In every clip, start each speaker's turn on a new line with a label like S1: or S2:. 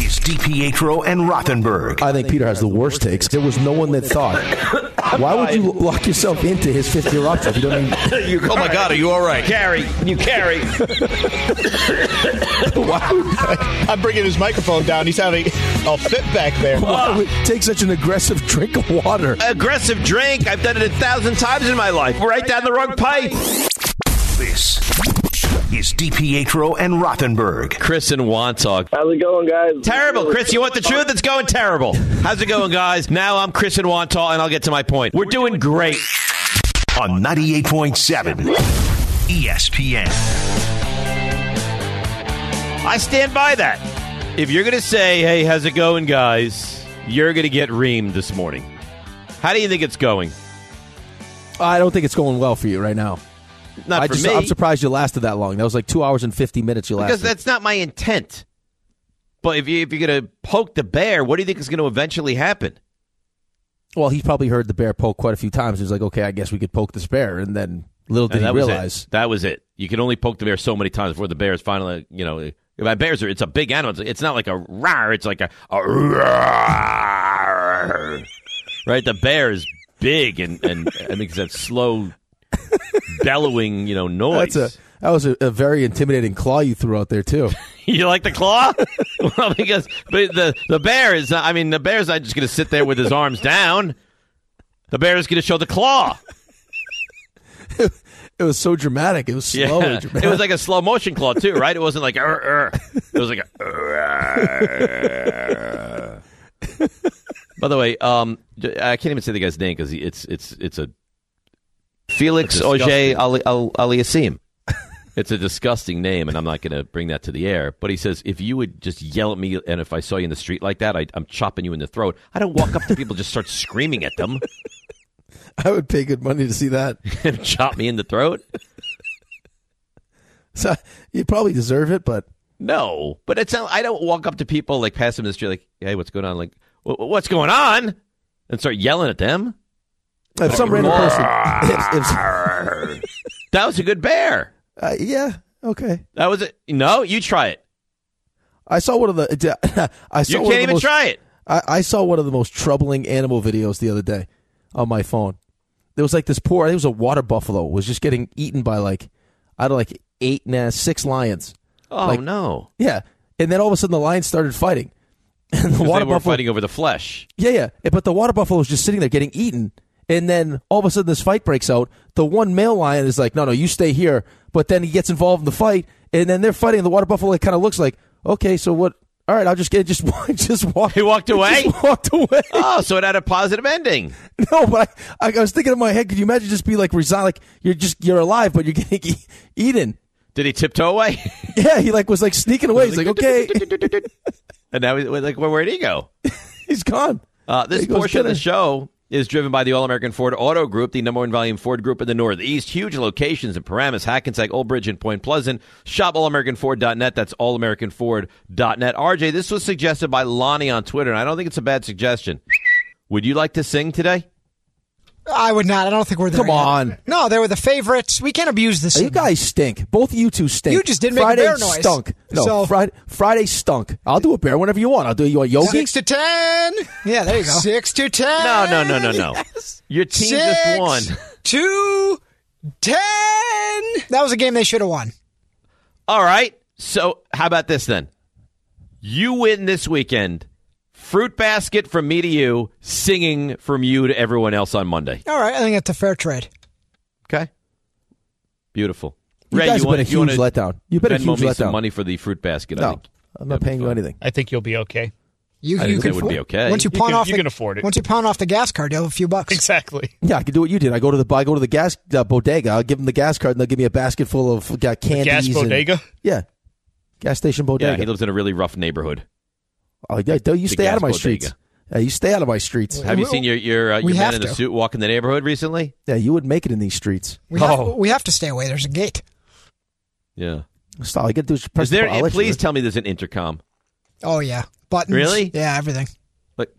S1: is DiPietro and Rothenberg.
S2: I think Peter has the worst takes. There was no one that thought. Why would you lock yourself into his fifth year option if you don't even,
S3: Oh my God, are you all right?
S4: Carry, you carry.
S5: I'm bringing his microphone down. He's having a fit back there.
S2: why would take such an aggressive drink of water?
S3: Aggressive drink. I've done it a thousand times in my life. Right down the wrong pipe.
S1: This is DiPietro and Rothenberg.
S3: Chris and Wantalk.
S6: How's it going, guys?
S3: Terrible, Chris. You want the truth? It's going terrible. How's it going, guys? Now I'm Chris and Wantal, and I'll get to my point. We're doing great.
S1: on 98.7
S3: E
S1: ESPN.
S3: I stand by that. If you're going to say, hey, how's it going, guys? You're going to get reamed this morning. How do you think it's going?
S2: I don't think it's going well for you right now.
S3: Not
S2: I
S3: for
S2: just,
S3: me.
S2: I'm surprised you lasted that long. That was like two hours and 50 minutes you
S3: Because
S2: lasted.
S3: that's not my intent. But if, you, if you're going to poke the bear, what do you think is going to eventually happen?
S2: well, he probably heard the bear poke quite a few times. He was like, okay, I guess we could poke this bear. And then little did
S3: And
S2: he
S3: that was it.
S2: realize.
S3: that was it. You can only poke the bear so many times before the bear is finally, you know, my bears are. It's a big animal. It's- It's not like a rar. It's like a, a rar. right. The bear is big and and I think it's that slow bellowing, you know, noise.
S2: That's a, that was a, a very intimidating claw you threw out there, too.
S3: you like the claw? well, because but the the bear is. I mean, the bear's not just going to sit there with his arms down. The bear is going to show the claw.
S2: It was so dramatic. It was slow. and dramatic.
S3: It was like a slow motion claw too, right? It wasn't like "Arr, arr." it was like a, "Arr." By the way, um, j- I can't even say the guy's name because it's it's it's a Felix Auger Ali, Al- Aliassime. It's a disgusting name, and I'm not going to bring that to the air. But he says, if you would just yell at me, and if I saw you in the street like that, I, I'm chopping you in the throat. I don't walk up to people and just start screaming at them
S2: I would pay good money to see that.
S3: and chop me in the throat.
S2: So you probably deserve it, but
S3: No, but it's not, I don't walk up to people like pass them in the street like, hey, what's going on? Like, "Wh- what's going on? And start yelling at them.
S2: if some random person, if, if,
S3: That was a good bear.
S2: Uh, yeah. Okay.
S3: That was it. No, you try it.
S2: I saw one of the. I saw
S3: You
S2: one of
S3: can't
S2: the
S3: even
S2: most-
S3: try it.
S2: I, I saw one of the most troubling animal videos the other day on my phone. There was like this poor. I think it was a water buffalo was just getting eaten by like I don't know, like eight nah, six lions.
S3: Oh
S2: Like-
S3: no,
S2: Yeah, and then all of a sudden the lions started fighting, and the
S3: 'Cause
S2: water
S3: they were
S2: buffalo.
S3: fighting over the flesh.
S2: Yeah, yeah. But the water buffalo was just sitting there getting eaten. And then all of a sudden, this fight breaks out. The one male lion is like, no, no, you stay here. But then he gets involved in the fight. And then they're fighting. And the water buffalo kind of looks like, okay, so what? All right, I'll just get just just walk.
S3: He walked
S2: it
S3: away?
S2: Just walked away.
S3: Oh, so it had a positive ending.
S2: No, but I, I, I was thinking in my head, could you imagine just be like resigned, like you're just you're alive, but you're getting e- eaten?
S3: Did he tiptoe away?
S2: Yeah, he like was like sneaking away. He's like, okay,
S3: and now he's like, where, where'd he go?
S2: he's gone.
S3: Uh, this
S2: He goes,
S3: portion of
S2: "Get
S3: the
S2: her."
S3: show is driven by the All American Ford Auto Group, the number one volume Ford group in the Northeast. Huge locations in Paramus, Hackensack, Old Bridge, and Point Pleasant. Shop allamericanford.net. That's allamericanford.net. RJ, this was suggested by Lonnie on Twitter, and I don't think it's a bad suggestion. Would you like to sing today?
S4: I would not. I don't think we're there.
S2: Come
S4: yet.
S2: on.
S4: No, they were the favorites. We can't abuse this.
S2: Now, You guys stink. Both of you two stink.
S4: You just didn't make a
S2: Friday
S4: bear noise.
S2: Stunk. No,
S4: So-
S2: Friday, Friday stunk. I'll do a bear whenever you want. I'll do you want yogi.
S4: Six to ten. Yeah, there you go. Six to ten.
S3: No, no, no, no, no. Your team
S4: Six
S3: just won.
S4: to ten. That was a game they should have won.
S3: All right. So how about this then? You win this weekend. Fruit basket from me to you, singing from you to everyone else on Monday.
S4: All right, I think that's a fair trade.
S3: Okay. Beautiful.
S2: You
S3: Ray,
S2: guys
S3: you
S2: have
S3: want,
S2: been a
S3: you want
S2: huge letdown. You've been a
S3: Venmo
S2: huge
S3: me some
S2: letdown.
S3: money for the fruit basket. I
S2: No,
S3: think.
S2: I'm not paying you anything.
S6: I think you'll be okay.
S4: You,
S3: I
S4: you
S3: think
S4: can
S3: that would be okay.
S4: Once you
S3: You
S4: pawn
S6: can-
S4: off,
S6: you
S4: the,
S6: can afford it.
S4: Once you pawn off the gas card, you'll have a few bucks.
S6: Exactly.
S2: Yeah, I could do what you did. I go to the I go to the gas uh, bodega. I give them the gas card, and they'll give me a basket full of uh, candies.
S6: Gas
S2: and-
S6: bodega.
S2: yeah, gas station bodega.
S3: Yeah, he lives in a really rough neighborhood.
S2: Oh, yeah, don't you
S3: The
S2: stay
S3: gas
S2: out of my
S3: bodega.
S2: streets. Yeah, you stay out of my streets.
S3: Have you seen your your, uh, your
S4: we
S3: man
S4: have
S3: in the
S4: to.
S3: suit walk in the neighborhood recently?
S2: Yeah, you would make it in these streets.
S4: We, have,
S3: Oh.
S6: Oh.
S4: we have to stay away. There's a gate.
S3: Yeah.
S2: Stop. I got to do is press.
S3: Is there?
S2: the, I'll let you
S3: please
S2: do it.
S3: tell me there's an intercom.
S4: Oh yeah, buttons.
S3: Really?
S4: Yeah, everything.
S3: Like,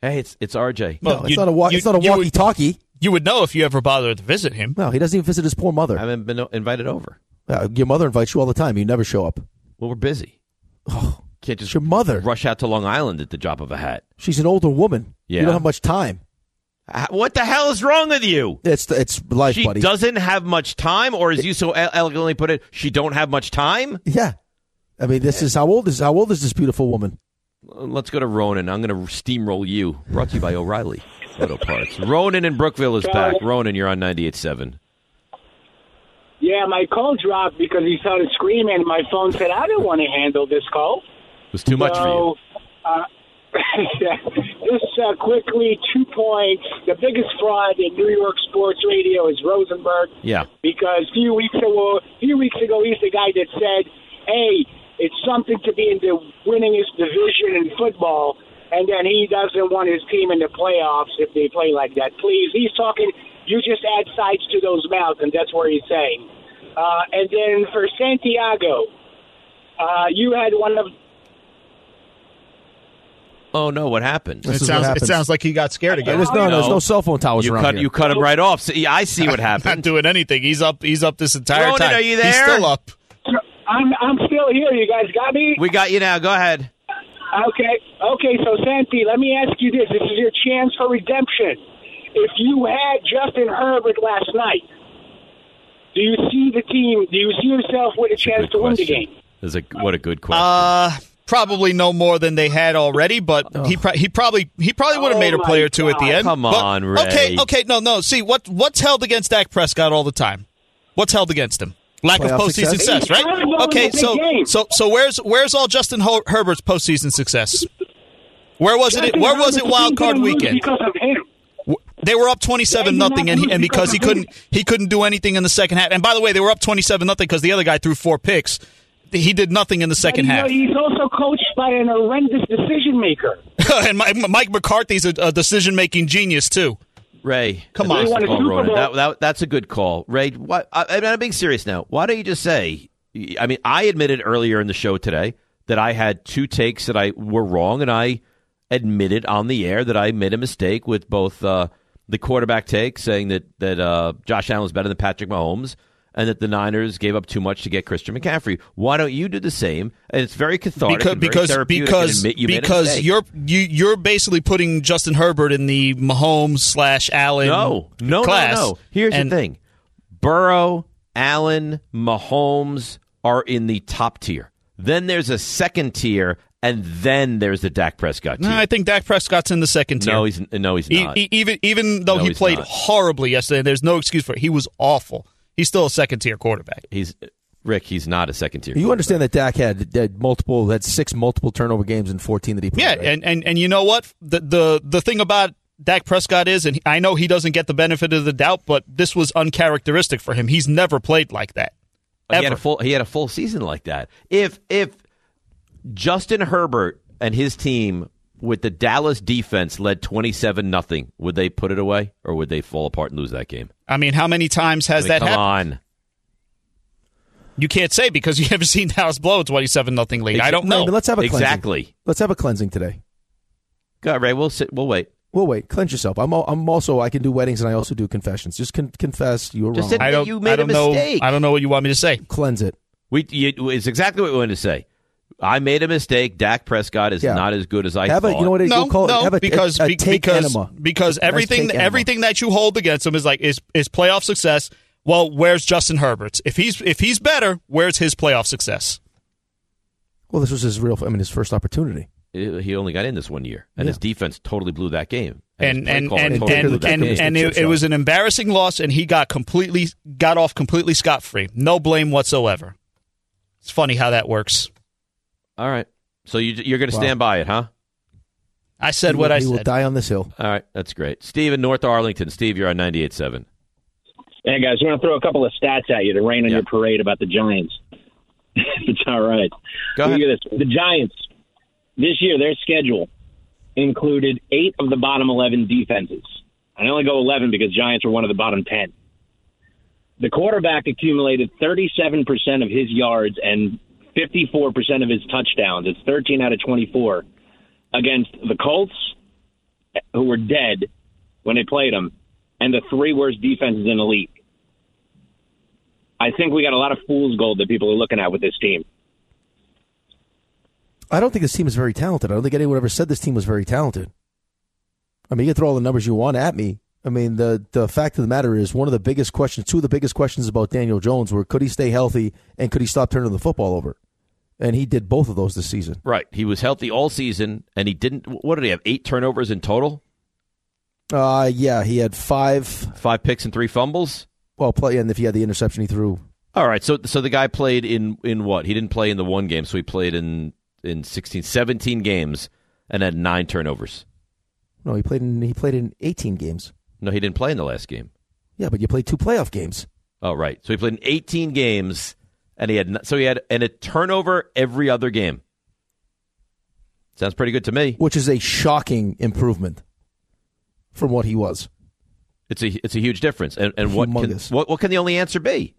S3: hey, it's it's RJ.
S2: No,
S6: Well,
S2: it's
S6: you-
S2: not a wa-
S6: you-
S2: it's not a
S6: you would-
S2: walkie-talkie.
S6: You would know if you ever bothered to visit him.
S2: No, Oh, he doesn't even visit his poor
S3: I
S2: mother.
S3: haven't been invited over.
S2: Uh, your mother invites you all the time. You never show up.
S3: Well, we're busy. Can't
S2: It's
S3: just
S2: your mother.
S3: rush out to Long Island at the drop of a hat.
S2: She's an older woman.
S3: Yeah.
S2: You don't have much time.
S3: Ah, What the hell is wrong with you?
S2: It's it's life,
S3: She
S2: buddy.
S3: doesn't have much time, or as you so el- elegantly put it, she don't have much time.
S2: Yeah. I mean, this is how old is how old is this beautiful woman?
S3: Let's go to Ronan. I'm going to steamroll you. Brought to you by O'Reilly Auto Parts. Ronan in Brookville is back. Ronan, you're on 98.7.
S7: Yeah, my call dropped because he started screaming. and My phone said, I didn't want to handle this call.
S3: It was too much for you.
S7: so, uh, just uh, quickly, two points. The biggest fraud in New York sports radio is Rosenberg
S3: Yeah.
S7: because a few weeks ago, a few weeks ago, he's the guy that said, "Hey, it's something to be in the winningest division in football," and then he doesn't want his team in the playoffs if they play like that. Please, he's talking. You just add sides to those mouths, and that's what he's saying. Uh, and then for Santiago, uh, you had one of
S3: Oh no, what happened?
S2: This
S5: it
S2: is what
S5: sounds it
S2: happens.
S5: sounds like he got scared
S2: Yeah,
S5: again.
S2: there's no,
S3: No.
S2: there's no cell phone towers
S3: You
S2: around
S3: cut
S2: here.
S3: you cut him right off. See, I see what
S6: Not
S3: happened.
S6: doing anything. He's up. He's up this entire
S3: Ronan,
S6: time.
S3: are you
S6: He's
S3: there?
S6: still up.
S7: I'm I'm still here. You guys got me.
S3: We got you now. Go ahead.
S7: Okay, okay. So Santi, let me ask you this: This is your chance for redemption. If you had Justin Herbert last night, do you see the team? Do you see yourself with a chance
S3: Good
S7: to win the
S3: question.
S7: game?
S3: That's a what a good question.
S6: Uh, probably no more than they had already, but he pro- he probably he probably would have
S7: Oh
S6: made a
S7: my
S6: play or two at the
S7: God.
S6: end.
S3: Come
S6: but-
S3: on, Ray.
S6: Okay, okay, no, no. See what what's held against Dak Prescott all the time? What's held against him? Lack
S2: Playoff
S6: of postseason
S2: success?
S6: success, right?
S7: He's terrible in
S6: Okay,
S7: the
S6: so
S7: game.
S6: so so where's where's all Justin Ho- Herbert's postseason success? Where was it?
S7: Justin
S6: Where was it?
S7: Herbert,
S6: Wild
S7: the team
S6: card
S7: didn't lose
S6: weekend.
S7: because of him.
S6: They were up twenty-seven
S7: Yeah, you're
S6: nothing,
S7: not
S6: and he,
S7: losing
S6: and because he
S7: because of him.
S6: couldn't he couldn't do anything in the second half. And by the way, they were up twenty-seven nothing because the other guy threw four picks. He did nothing in the second
S7: But, you know,
S6: half.
S7: he's also coached by an horrendous decision maker.
S6: and Mike, Mike McCarthy's a, a decision-making genius too.
S3: Ray,
S6: come
S3: that's
S6: on.
S3: a
S6: We
S7: won a
S3: call,
S7: Super
S3: Ronan.
S7: Bowl.
S3: That, that- that's a good call, Ray. What, I, I mean, I'm being serious now. Why don't you just say? I mean, I admitted earlier in the show today that I had two takes that I were wrong, and I admitted on the air that I made a mistake with both uh, the quarterback take, saying that that uh, Josh Allen was better than Patrick Mahomes, and that the Niners gave up too much to get Christian McCaffrey. Why don't you do the same? And it's very cathartic,
S6: because
S3: and very
S6: because
S3: therapeutic and
S6: because
S3: admit you made a
S6: because
S3: mistake.
S6: you're you you're basically putting Justin Herbert in the Mahomes slash Allen
S3: No, no,
S6: class.
S3: no, no. Here's
S6: and
S3: the thing: Burrow, Allen, Mahomes are in the top tier. Then there's a second tier, and then there's the Dak Prescott
S6: No,
S3: tier.
S6: I think Dak Prescott's in the second tier.
S3: No, he's no, he's
S6: E-
S3: not.
S6: e- even even though
S3: No,
S6: he
S3: he's
S6: played
S3: not.
S6: horribly yesterday, there's no excuse for it. He was awful. He's still a second tier quarterback.
S3: he's Rick. He's not a second tier.
S2: You understand that Dak had, had multiple had six multiple turnover games in 14 that he played.
S6: Yeah,
S2: right?
S6: and, and and you know what the the the thing about Dak Prescott is, and I know he doesn't get the benefit of the doubt, but this was uncharacteristic for him. He's never played like that.
S3: He had
S6: Ever.
S3: a full he had a full season like that. If if Justin Herbert and his team with the Dallas defense led twenty seven nothing, would they put it away or would they fall apart and lose that game?
S6: I mean, how many times has
S3: I mean,
S6: that
S3: come
S6: happened?
S3: on.
S6: You can't say because you haven't seen Dallas blow a twenty-seven nothing lead. I don't
S2: Raymond,
S6: know.
S2: let's have a cleansing.
S3: Exactly.
S2: Let's have a cleansing today.
S3: Go ahead, Ray. We'll sit. We'll wait.
S2: Well, wait, cleanse yourself. I'm al- I'm also I can do weddings and I also do confessions. Just con- confess you were
S3: Just
S2: wrong.
S3: admit
S6: I don't.
S3: you made
S6: I don't
S3: a
S6: know.
S3: mistake.
S6: I don't know what you want me to say.
S2: Cleanse it.
S3: We you, it's exactly what we wanted to say. I made a mistake. Dak Prescott is
S2: Yeah.
S3: not as good as I
S2: have
S3: thought.
S2: a you know what it-
S6: no,
S2: we'll call it-
S6: no,
S2: have a, a-
S6: because
S2: a
S6: be-
S2: take
S6: because
S2: enema.
S6: because
S2: Nice
S6: everything
S2: take enema.
S6: everything that you hold against him is like is is playoff success. Well, where's Justin Herbert's? If he's if he's better, where's his playoff success?
S2: Well, this was his real. I mean, his first opportunity.
S3: it- Uh, he only got in this one year, and his defense totally blew that game.
S6: and
S3: his play
S6: and
S3: calling
S6: and
S3: totally blew
S6: and,
S3: that
S6: and,
S3: game.
S6: and it, it was an embarrassing loss, and he got completely got off completely scot free, no blame whatsoever. It's funny how that works.
S3: All right, so you, you're going to stand by it, huh?
S6: I said what I
S2: He will
S6: said.
S2: die on this hill.
S3: All right, that's great. Steve in North Arlington. Steve, you're on 98.7.
S8: Hey guys, we're gonna throw a couple of stats at you to rain on
S3: Yeah.
S8: your parade about the Giants. if it's all right.
S3: Go
S8: Look
S3: ahead.
S8: at this. The Giants this year, their schedule included eight of the bottom eleven defenses. I only go eleven because Giants were one of the bottom ten. The quarterback accumulated thirty-seven percent of his yards and fifty-four percent of his touchdowns. It's thirteen out of twenty-four against the Colts, who were dead when they played them, and the three worst defenses in the league. I think we got a lot of fool's gold that people are looking at with this team.
S2: I don't think this team is very talented. I don't think anyone ever said this team was very talented. I mean, you can throw all the numbers you want at me. I mean, the the fact of the matter is, one of the biggest questions, two of the biggest questions about Daniel Jones were could he stay healthy and could he stop turning the football over? And he did both of those this season.
S3: Right, he was healthy all season, and he didn't. What did he have? Eight turnovers in total,
S2: Uh, yeah, he had five.
S3: five picks and three fumbles.
S2: Well, play, and if he had the interception, he threw.
S3: All right, so so the guy played in in what? He didn't play in the one game, so he played in in 16, 17 games and had nine turnovers.
S2: No, he played in he played in 18 games.
S3: No, he didn't play in the last game.
S2: Yeah, but you played two playoff games.
S3: Oh, right. So he played in 18 games, and he had n- so he had and a turnover every other game. Sounds pretty good to me.
S2: which is a shocking improvement from what he was.
S3: It's a it's a huge difference. And and what can,
S2: Humongous.
S3: what what can the only answer be?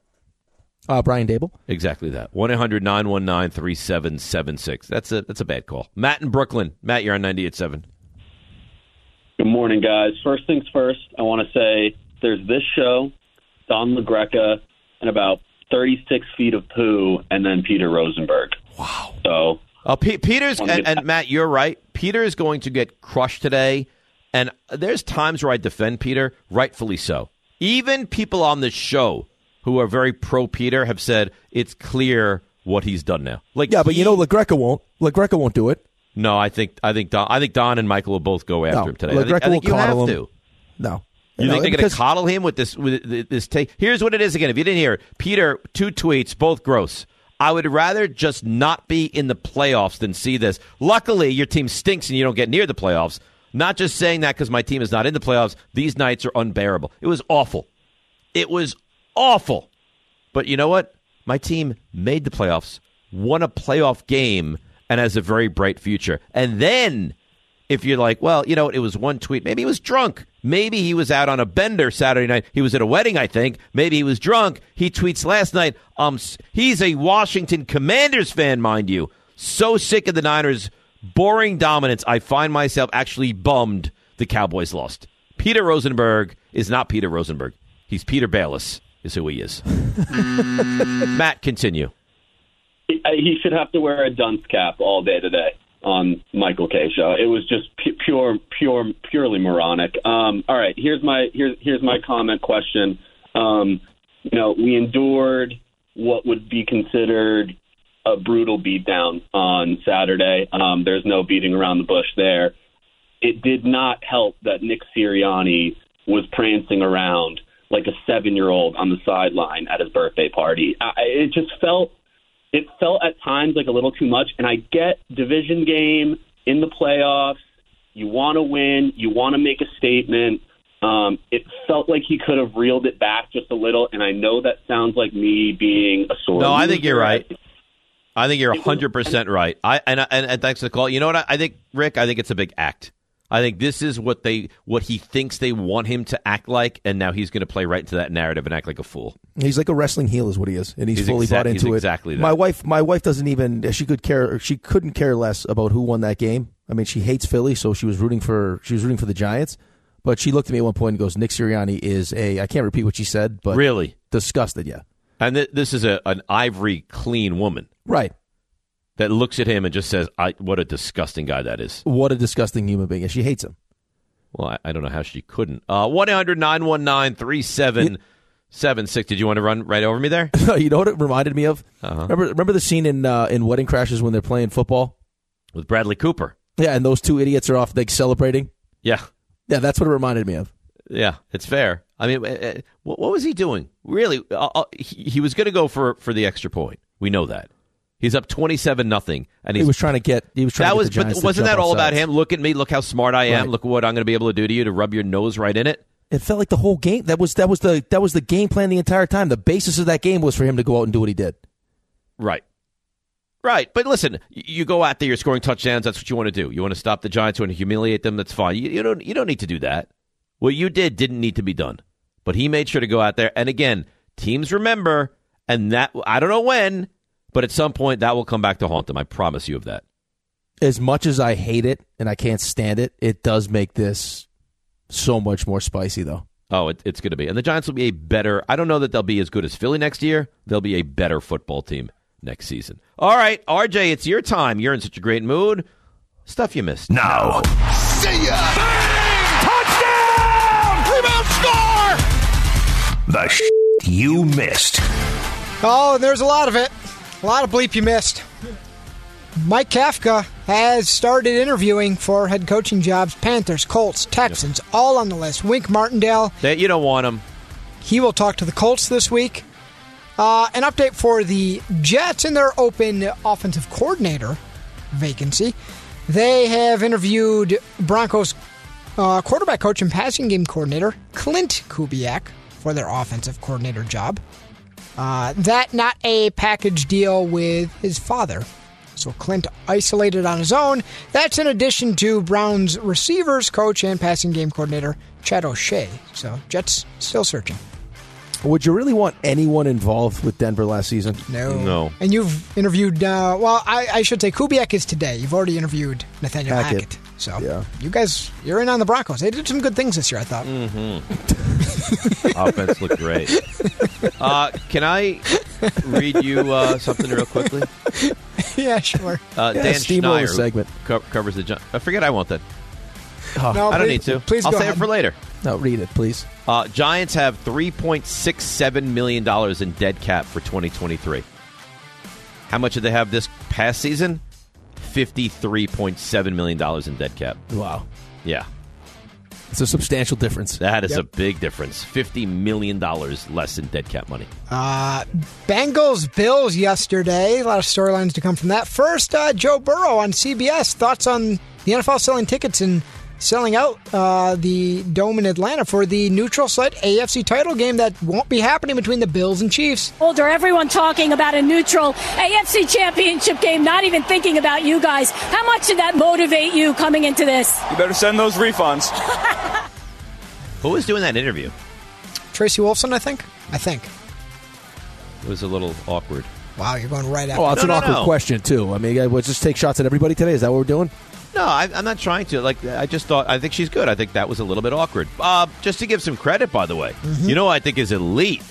S2: Uh, Brian Dable.
S3: Exactly that. 1-800-919-3776. That's a that's a bad call. Matt in Brooklyn. Matt, you're on 98.7.
S9: Good morning, guys. First things first, I want to say there's this show, Don LaGreca, and about 36 feet of poo, and then Peter Rosenberg. Wow. So
S3: Uh, Pe- Peter's
S9: Wanna
S3: and,
S9: get-
S3: and Matt, you're right. Peter is going to get crushed today, and there's times where I defend Peter, rightfully so. Even people on this show who are very pro Peter have said it's clear what he's done now. Like,
S2: Yeah, but you know
S3: he-
S2: LaGreca won't. LaGreca won't do it.
S3: no, I think I think Don, I think Don and Michael will both go after
S2: No,
S3: him today. I think,
S2: LaGreca
S3: I think
S2: will
S3: you have
S2: coddle him.
S3: to.
S2: No.
S3: You
S2: No,
S3: think they're going
S2: because-
S3: to coddle him with this with th- this take? Here's what it is again. If you didn't hear it, Peter, two tweets, both gross. I would rather just not be in the playoffs than see this. Luckily, your team stinks and you don't get near the playoffs. Not just saying that because my team is not in the playoffs. These nights are unbearable. It was awful. It was awful. But you know what? My team made the playoffs, won a playoff game, and has a very bright future. And then if you're like, well, you know, it was one tweet. Maybe he was drunk. Maybe he was out on a bender Saturday night. He was at a wedding, I think. Maybe he was drunk. He tweets last night. Um, s- he's a Washington Commanders fan, mind you. So sick of the Niners' boring dominance, I find myself actually bummed the Cowboys lost. Peter Rosenberg is not Peter Rosenberg. He's Peter Bayless. Is who he is. Matt, continue.
S9: he, he should have to wear a dunce cap all day today on Michael K show. It was just pu- pure, pure, purely moronic. Um, all right, here's my here's here's my comment question. Um, you know, we endured what would be considered a brutal beatdown on Saturday. Um, there's no beating around the bush there. It did not help that Nick Sirianni was prancing around like a seven-year-old on the sideline at his birthday party. I, it just felt it felt at times like a little too much. And I get division game in the playoffs. You want to win. You want to make a statement. Um, it felt like he could have reeled it back just a little. And I know that sounds like me being a sore.
S3: No, I think
S9: loser.
S3: you're right. I think you're 100% right. I and, and and thanks for the call. You know what? I, I think Rick, I think it's a big act. I think this is what they what he thinks they want him to act like and now he's going to play right into that narrative and act like a fool.
S2: He's like a wrestling heel, is what he is, and he's,
S3: He's
S2: fully
S3: exact-
S2: bought into
S3: he's
S2: it.
S3: exactly that.
S2: My wife, my wife doesn't even. She could care. She couldn't care less about who won that game. I mean, she hates Philly, so she was rooting for. She was rooting for the Giants, but she looked at me at one point and goes, "Nick Sirianni is a." I can't repeat what she said, but
S3: Really?
S2: disgusted. Yeah,
S3: And th- this is a an ivory clean woman
S2: right.
S3: that looks at him and just says, "I what a disgusting guy that is."
S2: What a disgusting human being. Yeah, she hates him.
S3: Well, I, I don't know how she couldn't. Uh 100-919-3776. Did you want to run right over me there? Uh-huh.
S2: you know what it reminded me of? Remember, remember the scene in uh, in Wedding Crashes when they're playing football
S3: With Bradley Cooper.
S2: Yeah, and those two idiots are off like celebrating.
S3: Yeah.
S2: Yeah, that's what it reminded me of.
S3: Yeah, it's fair. I mean, eh, eh, what, what was he doing? Really, uh, uh, he, he was going to go for for the extra point. We know that. He's up twenty-seven nothing, and
S2: He
S3: he's
S2: was trying to get. He was trying.
S3: that
S2: to
S3: was,
S2: get the
S3: but
S2: Giants to
S3: wasn't
S2: jump
S3: that all
S2: offsides.
S3: about him? Look at me. Look how smart I am.
S2: Right.
S3: Look what I'm going to be able to do to you to rub your nose right in it.
S2: It felt like the whole game. That was that was the that was the game plan the entire time. The basis of that game was for him to go out and do what he did.
S3: Right. Right. But listen, y- you go out there, you're scoring touchdowns. That's what you want to do. You want to stop the Giants, you want to humiliate them. That's fine. You, you don't. You don't need to do that. What you did didn't need to be done. But he made sure to go out there. And again, teams remember, and that I don't know when, but at some point that will come back to haunt them. I promise you of that.
S2: As much as I hate it and I can't stand it, it does make this so much more spicy, though.
S3: Oh, it, it's going to be. And the Giants will be a better. I don't know that they'll be as good as Philly next year. They'll be a better football team next season. All right, RJ, it's your time. You're in such a great mood. Stuff you missed.
S1: Now.
S5: See ya! Touchdown! Rebound score!
S1: The sh- you missed.
S4: Oh, and there's a lot of it. A lot of bleep you missed. Mike Kafka has started interviewing for head coaching jobs Panthers, Colts, Texans, all on the list. Wink Martindale.
S3: That you don't want them.
S4: He will talk to the Colts this week. Uh, an update for the Jets in their open offensive coordinator vacancy. They have interviewed Broncos uh, quarterback coach and passing game coordinator Clint Kubiak for their offensive coordinator job. Uh, that not a package deal with his father. So Clint isolated on his own. That's in addition to Browns receivers coach and passing game coordinator Chad O'Shea. So Jets still searching.
S2: Would you really want anyone involved with Denver last season?
S4: No. And you've interviewed, uh, well, I, I should say Kubiak is today. You've already interviewed Nathaniel Hackett.
S2: Hackett.
S4: So you guys, you're in on the Broncos. They did some good things this year, I thought.
S3: Mm-hmm. Mm. Offense looked great. Uh, can I read you uh, something real quickly?
S4: yeah, sure.
S3: Uh, Dan
S2: steamroller
S3: Schneier
S2: segment. Oh.
S3: Co- covers the. Gi- I forget. I want that.
S2: No,
S3: I
S2: please-
S3: don't need to.
S2: please
S3: I'll
S2: go
S3: save
S2: ahead.
S3: it for later.
S2: No, read it, please.
S3: Uh, Giants have three point six seven million dollars in dead cap for twenty twenty three. How much did they have this past season? Fifty three point seven million dollars in dead cap.
S2: Wow,
S3: Yeah,
S2: it's a substantial difference.
S3: that is a big difference. Fifty million dollars less in dead cap money.
S4: Uh, Bengals Bills yesterday. A lot of storylines to come from that. First, uh, Joe Burrow on CBS. Thoughts on the NFL selling tickets and selling out uh, the dome in Atlanta for the neutral site AFC title game that won't be happening between the Bills and Chiefs.
S10: Older, everyone talking about a neutral AFC championship game, not even thinking about you guys. How much did that motivate you coming into this?
S11: You better send those refunds.
S3: Who was doing that interview?
S4: Tracy Wolfson, I think. I think.
S3: It was a little awkward.
S4: Wow, you're going right after.
S2: Well, it's
S3: No,
S2: Oh, an
S3: no,
S2: awkward
S3: no.
S2: question too. I mean, I, let's just take shots at everybody today. Is that what we're doing?
S3: No, I, I'm not trying to. Like, I just thought. I think she's good. I think that was a little bit awkward. Uh, just to give some credit, by the way,
S2: Mm-hmm.
S3: you know, who I think is elite.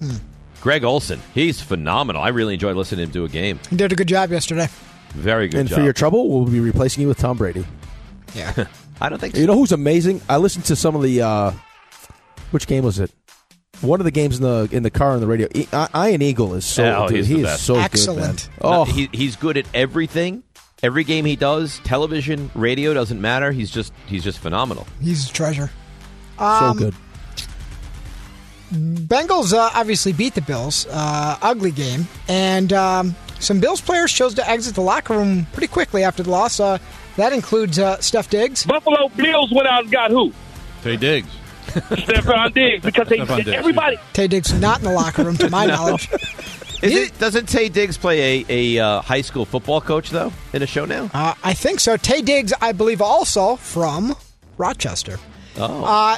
S2: Hmm.
S3: Greg Olson, he's phenomenal. I really enjoyed listening to him do a game.
S4: You did a good job yesterday.
S3: Very good
S2: and
S3: job.
S2: for your trouble, we'll be replacing you with Tom Brady.
S4: Yeah.
S3: I don't think so.
S2: You know who's amazing? I listened to some of the. Uh, which game was it? One of the games in the in the car on the radio. E, I- I- Ian Eagle is so.
S3: Oh,
S2: dude,
S3: he's
S2: he
S3: the
S2: is
S3: best.
S2: so
S4: Excellent.
S2: Good, man.
S3: No,
S2: Oh,
S3: he, he's good at everything. Every game he does, television, radio doesn't matter. He's just he's just phenomenal.
S4: He's a treasure.
S2: so
S4: Um,
S2: good.
S4: Bengals uh, obviously beat the Bills. Uh, ugly game. And um, some Bills players chose to exit the locker room pretty quickly after the loss. Uh, that includes uh, Steph Diggs.
S12: Buffalo Bills went out and got who?
S13: Tay Diggs.
S12: Stephon Diggs because they
S13: Stephon Diggs,
S12: everybody.
S4: Tay Diggs not in the locker room, to my
S3: No.
S4: knowledge.
S3: Is it, doesn't Tay Diggs play a, a uh, high school football coach though in a show now?
S4: Uh, I think so. Tay Diggs, I believe, also from Rochester.
S3: Oh,
S4: Uh,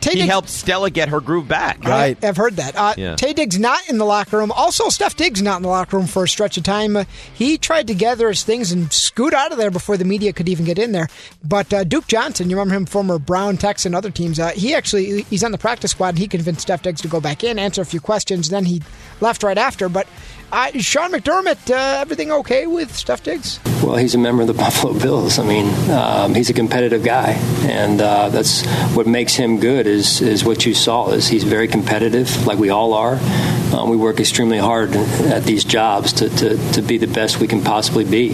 S4: Tay
S3: he
S4: Diggs,
S3: helped Stella get her groove back.
S4: I, have heard that. Uh,
S3: Yeah.
S4: Tay Diggs not in the locker room. Also, Steph Diggs not in the locker room for a stretch of time. Uh, he tried to gather his things and scoot out of there before the media could even get in there. But uh, Duke Johnson, you remember him, former Brown, Texan, other teams. Uh, he actually he's on the practice squad. and He convinced Steph Diggs to go back in, answer a few questions. Then he left right after. But uh, Sean McDermott, uh, everything okay with Steph Diggs?
S14: Well, he's a member of the Buffalo Bills. I mean, um, he's a competitive guy, and uh, that's what makes him good. Is is what you saw is he's very competitive, like we all are. Uh, we work extremely hard at these jobs to, to, to be the best we can possibly be,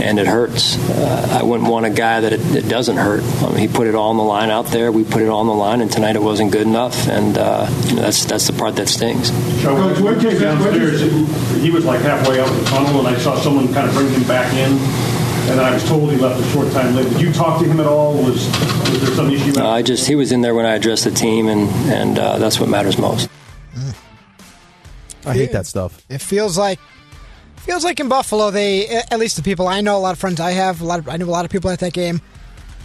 S14: and it hurts. Uh, I wouldn't want a guy that it, it doesn't hurt. I mean, he put it all on the line out there. We put it all on the line, and tonight it wasn't good enough, and uh, you know, that's that's the part that stings.
S11: Coach, when you came downstairs, he was like halfway out the tunnel, and I saw someone kind of bring him back in. And I was told he left a short time later. Did you talk to him at all? Was was there some issue?
S14: Uh, I just he was in there when I addressed the team, and and uh, that's what matters most.
S2: I hate that stuff.
S4: It feels like feels like in Buffalo, they at least the people I know, a lot of friends I have, a lot of I knew a lot of people at that game.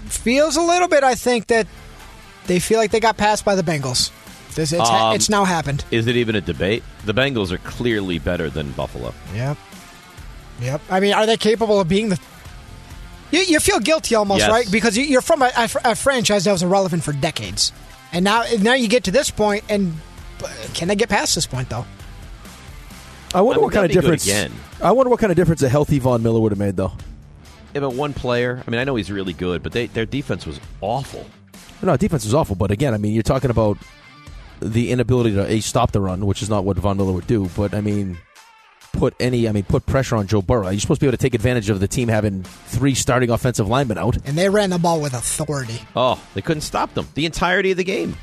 S4: Feels a little bit, I think, that they feel like they got passed by the Bengals. This, it's, ha-
S3: Um,
S4: it's now happened.
S3: Is it even a debate? The Bengals are clearly better than Buffalo.
S4: Yep. Yep. I mean, are they capable of being the? You, you feel guilty almost,
S3: Yes.
S4: right? Because you, you're from a, a, fr- a franchise that was irrelevant for decades, and now now you get to this point, and but can they get past this point though?
S2: I wonder
S3: I mean,
S2: what kind of
S3: that'd be good
S2: difference.
S3: again.
S2: I wonder what kind of difference a healthy Von Miller would have made, though.
S3: Yeah, but one player. I mean, I know he's really good, but they, their defense was awful.
S2: No, defense is awful, but again, I mean, you're talking about the inability to a stop the run, which is not what Von Miller would do. But I mean, put any, I mean, put pressure on Joe Burrow. You're supposed to be able to take advantage of the team having three starting offensive linemen out.
S4: And they ran the ball with authority.
S3: Oh, they couldn't stop them the entirety of the game.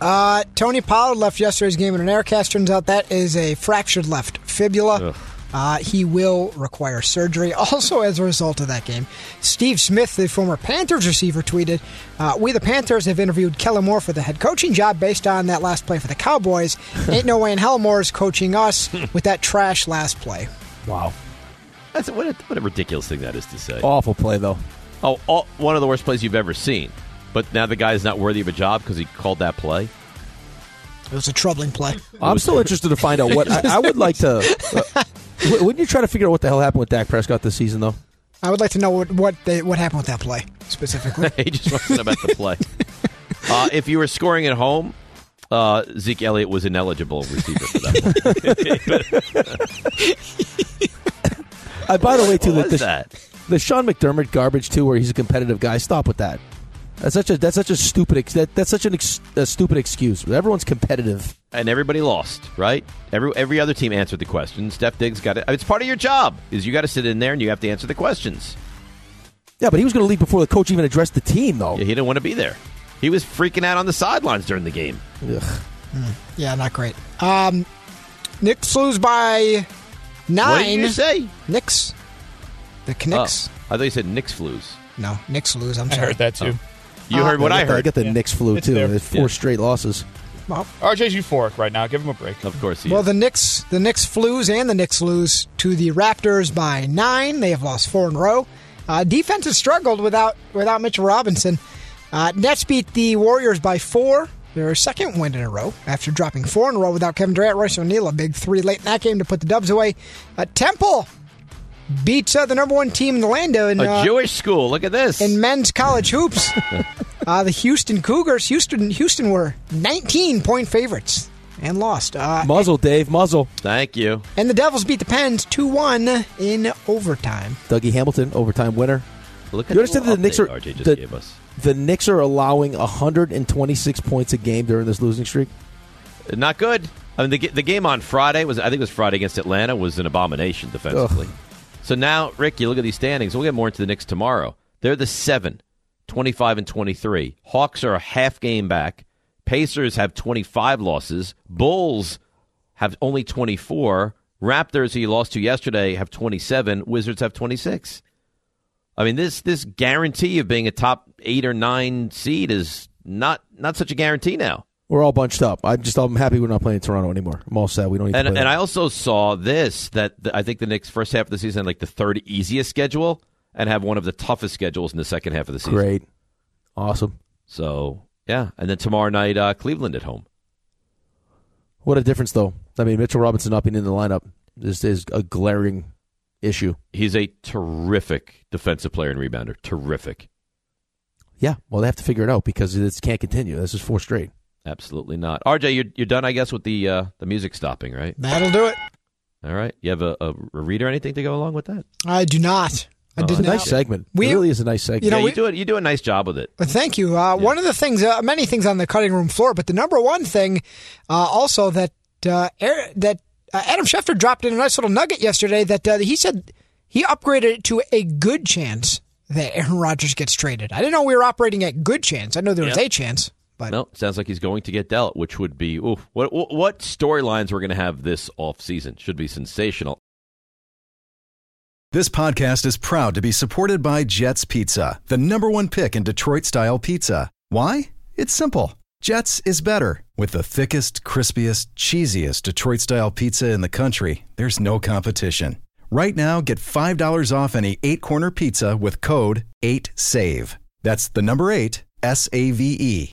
S4: Uh, Tony Pollard left yesterday's game in an air cast. Turns out that is a fractured left fibula. Uh, he will require surgery. Also, as a result of that game, Steve Smith, the former Panthers receiver, tweeted uh, We, the Panthers, have interviewed Kellen Moore for the head coaching job based on that last play for the Cowboys. Ain't no way in hell Moore's coaching us with that trash last play.
S2: Wow,
S3: that's what a, what a ridiculous thing that is to say.
S2: Awful play though.
S3: Oh, all, one of the worst plays you've ever seen. But now the guy's not worthy of a job because he called that play.
S4: It was a troubling play.
S2: I'm still interested to find out what I, I would like to. Uh, w- wouldn't you try to figure out what the hell happened with Dak Prescott this season, though?
S4: I would like to know what what, they, what happened with that play specifically.
S3: he just wasn't about to play. Uh, if you were scoring at home, uh, Zeke Elliott was ineligible receiver for that.
S2: I, Uh, by the way, too,
S3: What
S2: the,
S3: was
S2: the-
S3: that?
S2: the Sean McDermott garbage too, where he's a competitive guy. Stop with that. That's such a that's such a stupid ex- that, that's such an ex, a stupid excuse. Everyone's competitive.
S3: and everybody lost, right? Every every other team answered the question. Steph Diggs got it. It's part of your job is you got to sit in there and you have to answer the questions.
S2: Yeah, but he was going to leave before the coach even addressed the team, though.
S3: Yeah, he didn't want to be there. He was freaking out on the sidelines during the game.
S4: Yeah, not great. Um, Knicks lose by nine.
S3: What did you say?
S4: Knicks. The Knicks.
S3: Oh, I thought you said Knicks flus.
S4: No, Knicks lose. I'm
S6: I
S4: sorry. Oh. Uh,
S6: heard that too.
S3: You heard what
S2: Ah, I
S3: I
S2: got the- I
S3: heard.
S2: got the Knicks flu
S6: It's
S2: too.
S6: there.
S2: There's Four
S6: Yeah.
S2: straight losses.
S4: Well,
S6: RJ's euphoric right now. Give him a break.
S3: Of course he
S4: well, the Knicks, the Knicks flus, and the Knicks lose to the Raptors by nine. They have lost four in a row. Uh, defense has struggled without without Mitchell Robinson. Uh, Nets beat the Warriors by four. Their second win in a row after dropping four in a row without Kevin Durant. Royce O'Neal a big three late in that game to put the Dubs away. Uh, Temple beats uh, the number one team in the land in
S3: A
S4: uh,
S3: Jewish school. Look at this.
S4: in men's college hoops. uh, the Houston Cougars, Houston, Houston were 19 point favorites and lost. Uh,
S2: Muzzle, Dave, muzzle.
S3: Thank you.
S4: and the Devils beat the Pens 2 1 in overtime.
S2: Dougie Hamilton, overtime winner.
S3: Look
S4: at
S2: you
S4: the
S2: understand
S4: little
S2: that the Knicks
S4: update
S2: are
S4: RJ just
S2: the,
S4: gave
S3: us.
S2: the Knicks are allowing 126 points a game during this losing streak.
S3: Not good. I mean, the, ga- the game on Friday was I think it was Friday against Atlanta was an abomination defensively. So now, Rick, you look at these standings. We'll get more into the Knicks tomorrow. They're the seven, 25 and 23. Hawks are a half game back. Pacers have 25 losses. Bulls have only 24. Raptors, who you lost to yesterday, have 27. Wizards have 26. I mean, this this guarantee of being a top eight or nine seed is not not such a guarantee now.
S2: We're all bunched up. I'm just I'm happy we're not playing Toronto anymore. I'm all sad. We don't need
S3: And
S2: to play
S3: and
S2: them.
S3: I also saw this that the, I think the Knicks first half of the season had like the third easiest schedule and have one of the toughest schedules in the second half of the season.
S2: Great, awesome.
S3: So yeah, and then tomorrow night uh, Cleveland at home.
S2: What a difference, though. I mean, Mitchell Robinson not being in the lineup is is a glaring issue.
S3: He's a terrific defensive player and rebounder. Terrific.
S2: Yeah, well, they have to figure it out because this can't continue. This is four straight.
S3: Absolutely not. RJ, you're you're done, I guess, with the uh, the music stopping, right?
S4: That'll do it.
S3: All right. You have a, a a read or anything to go along with that?
S4: I do not. I
S3: Oh,
S4: did
S3: that's
S4: not.
S3: nice segment.
S4: We,
S2: It really is a nice segment.
S4: You know,
S3: yeah,
S4: we-
S3: you do it. You do a nice job with it.
S4: Well, Thank you. Uh, One of the things, uh, many things on the cutting room floor, but the number one thing uh, also that that uh, Air, that uh, Adam Schefter dropped in a nice little nugget yesterday that uh, he said he upgraded it to a good chance that Aaron Rodgers gets traded. I didn't know we were operating at good chance. I know there was
S3: Yep.
S4: a chance. But
S3: no, sounds like he's going to get dealt, which would be oof. What what, what storylines we're going to have this offseason should be sensational.
S13: This podcast is proud to be supported by Jets Pizza, the number one pick in Detroit style pizza. Why? It's simple. Jets is better. With the thickest, crispiest, cheesiest Detroit style pizza in the country, there's no competition. Right now, get $5 off any eight corner pizza with code 8SAVE. That's the number eight, S A V E.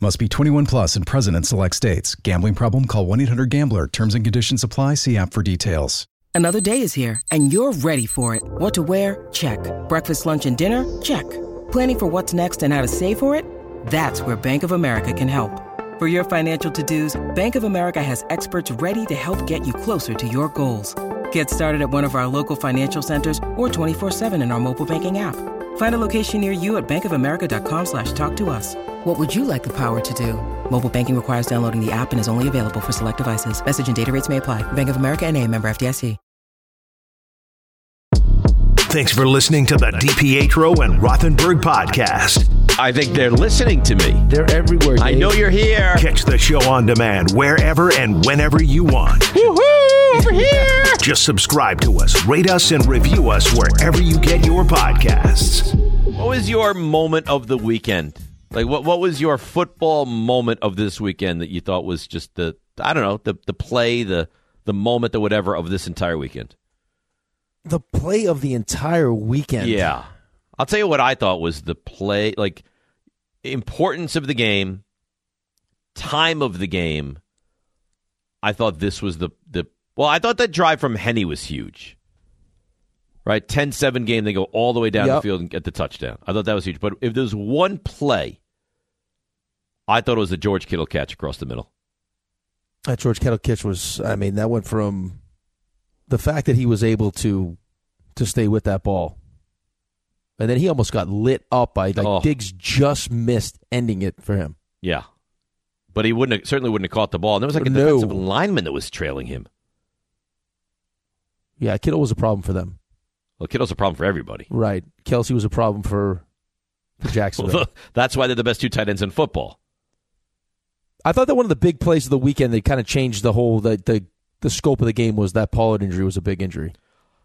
S13: Must be 21 plus and present in select states. Gambling problem? Call 1 800 Gambler. Terms and conditions apply. See app for details.
S15: Another day is here, and you're ready for it. What to wear? Check. Breakfast, lunch, and dinner? Check. Planning for what's next and how to save for it? That's where Bank of America can help. For your financial to dos, Bank of America has experts ready to help get you closer to your goals. Get started at one of our local financial centers or 24-7 in our mobile banking app. Find a location near you at bankofamerica.com slash talk to us. What would you like the power to do? Mobile banking requires downloading the app and is only available for select devices. Message and data rates may apply. Bank of America and a member FDIC.
S1: Thanks for listening to the DPetro and Rothenberg podcast.
S3: I think they're listening to me.
S1: They're everywhere.
S3: I Dave. know you're here.
S1: Catch the show on demand wherever and whenever you want.
S3: Woohoo! Over here.
S1: Just subscribe to us, rate us, and review us wherever you get your podcasts.
S3: What was your moment of the weekend? Like what what was your football moment of this weekend that you thought was just the I don't know, the the play, the the moment, the whatever of this entire weekend?
S2: The play of the entire weekend.
S3: Yeah. I'll tell you what I thought was the play, like importance of the game, time of the game. I thought this was the the well, I thought that drive from Henny was huge. Right? 10-7 game, they go all the way down
S2: Yep.
S3: the field and get the touchdown. I thought that was huge, but if there's one play, I thought it was the George Kittle catch across the middle.
S2: That George Kettle Kitch was, I mean, that went from the fact that he was able to to stay with that ball. And then he almost got lit up by, like,
S3: Oh.
S2: Diggs just missed ending it for him.
S3: Yeah. But he wouldn't have, certainly wouldn't have caught the ball. And there was like a
S2: No.
S3: defensive lineman that was trailing him.
S2: Yeah, Kittle was a problem for them.
S3: Well, Kittle's a problem for everybody.
S2: Right. Kelsey was a problem for, for Jacksonville.
S3: Well, that's why they're the best two tight ends in football.
S2: I thought that one of the big plays of the weekend that kind of changed the whole the, the the scope of the game was that Pollard injury was a big injury.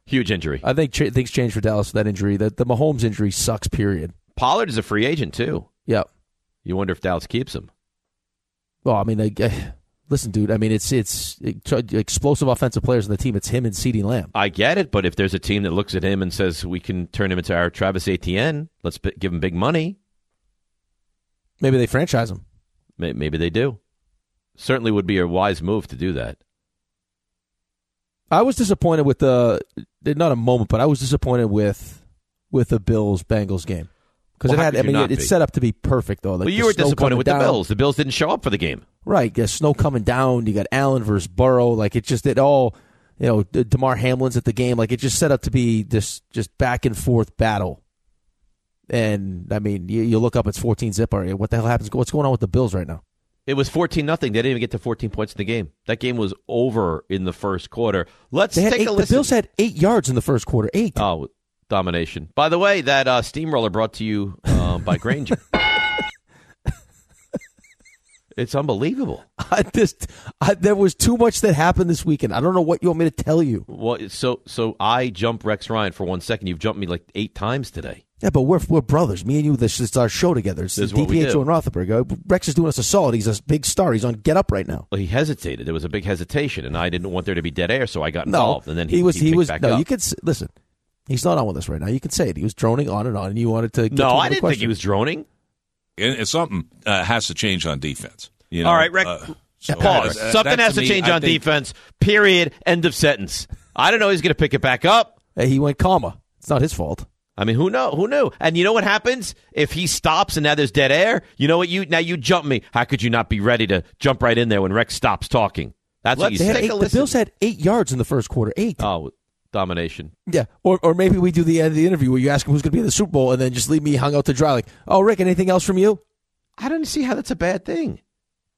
S3: Huge injury.
S2: I think ch- things changed for Dallas with that injury. That the Mahomes injury sucks. Period.
S3: Pollard is a free agent too.
S2: Yeah.
S3: You wonder if Dallas keeps him.
S2: Well, I mean, I, I- listen, dude. I mean, it's it's explosive offensive players on the team. It's him and Ceedee Lamb.
S3: I get it, but if there's a team that looks at him and says we can turn him into our Travis Etienne, let's b- give him big money.
S2: Maybe they franchise him.
S3: May- Maybe they do. Certainly would be a wise move to do that.
S2: I was disappointed with the not a moment, but I was disappointed with with the Bills Bengals game because
S3: Well,
S2: it
S3: how
S2: had.
S3: could
S2: I
S3: you
S2: mean,
S3: not
S2: it, it's
S3: be?
S2: set up to be perfect though. Like
S3: Well, you
S2: the
S3: were
S2: snow
S3: disappointed
S2: coming
S3: with
S2: down.
S3: the Bills. The Bills didn't show up for the game.
S2: Right, there's snow coming down. You got Allen versus Burrow. Like it just it all, you know, D- Damar Hamlin's at the game. Like it just set up to be this just back and forth battle. And I mean, you, you look up, it's 14 zip area. What the hell happens? What's going on with the Bills right now?
S3: It was fourteen nothing. They didn't even get to fourteen points in the game. That game was over in the first quarter. Let's
S2: They had
S3: take
S2: eight,
S3: a
S2: the
S3: listen.
S2: Bills had eight yards in the first quarter. Eight.
S3: Oh, domination. By the way, that uh, steamroller brought to you uh, by Granger. it's unbelievable.
S2: I just, I, there was too much that happened this weekend. I don't know what you want me to tell you.
S3: Well, so so I jump Rex Ryan for one second. You've jumped me like eight times today.
S2: Yeah, but we're we're brothers. Me and you. This is our show together. It's
S3: This is
S2: DPHO
S3: what we do.
S2: and Rothenberg. Uh, Rex is doing us a solid. He's a big star. He's on Get Up right now.
S3: Well, he hesitated. There was a big hesitation, and I didn't want there to be dead air, so I got
S2: No,
S3: involved. and then he,
S2: was
S3: picked
S2: was
S3: back
S2: no.
S3: up.
S2: You could s- listen. He's not on with us right now. You can say it. He was droning on and on, and you wanted to. Get to
S16: No, I
S2: another
S16: didn't
S2: question.
S16: think he was
S3: droning.
S16: And, and something uh, has to change on defense. You know?
S3: All right, Rick.
S16: Uh, so
S3: pause.
S16: that- that-
S3: Something
S16: that
S3: has to
S16: me,
S3: change
S16: I
S3: on
S16: think-
S3: defense. Period. End of sentence. I don't know. He's going to pick it back up.
S2: Hey, he went comma. It's not his fault.
S3: I mean, who know? Who knew? And you know what happens if he stops and now there's dead air? You know what? You now you jump me. How could you not be ready to jump right in there when Rex stops talking? That's what you
S2: They had
S3: say.
S2: eight- the Bills had eight yards in the first quarter. Eight.
S3: Oh, domination.
S2: Yeah, or or maybe we do the end of the interview where you ask him who's going to be in the Super Bowl, and then just leave me hung out to dry. Like, oh, Rick, anything else from you?
S3: I don't see how that's a bad thing.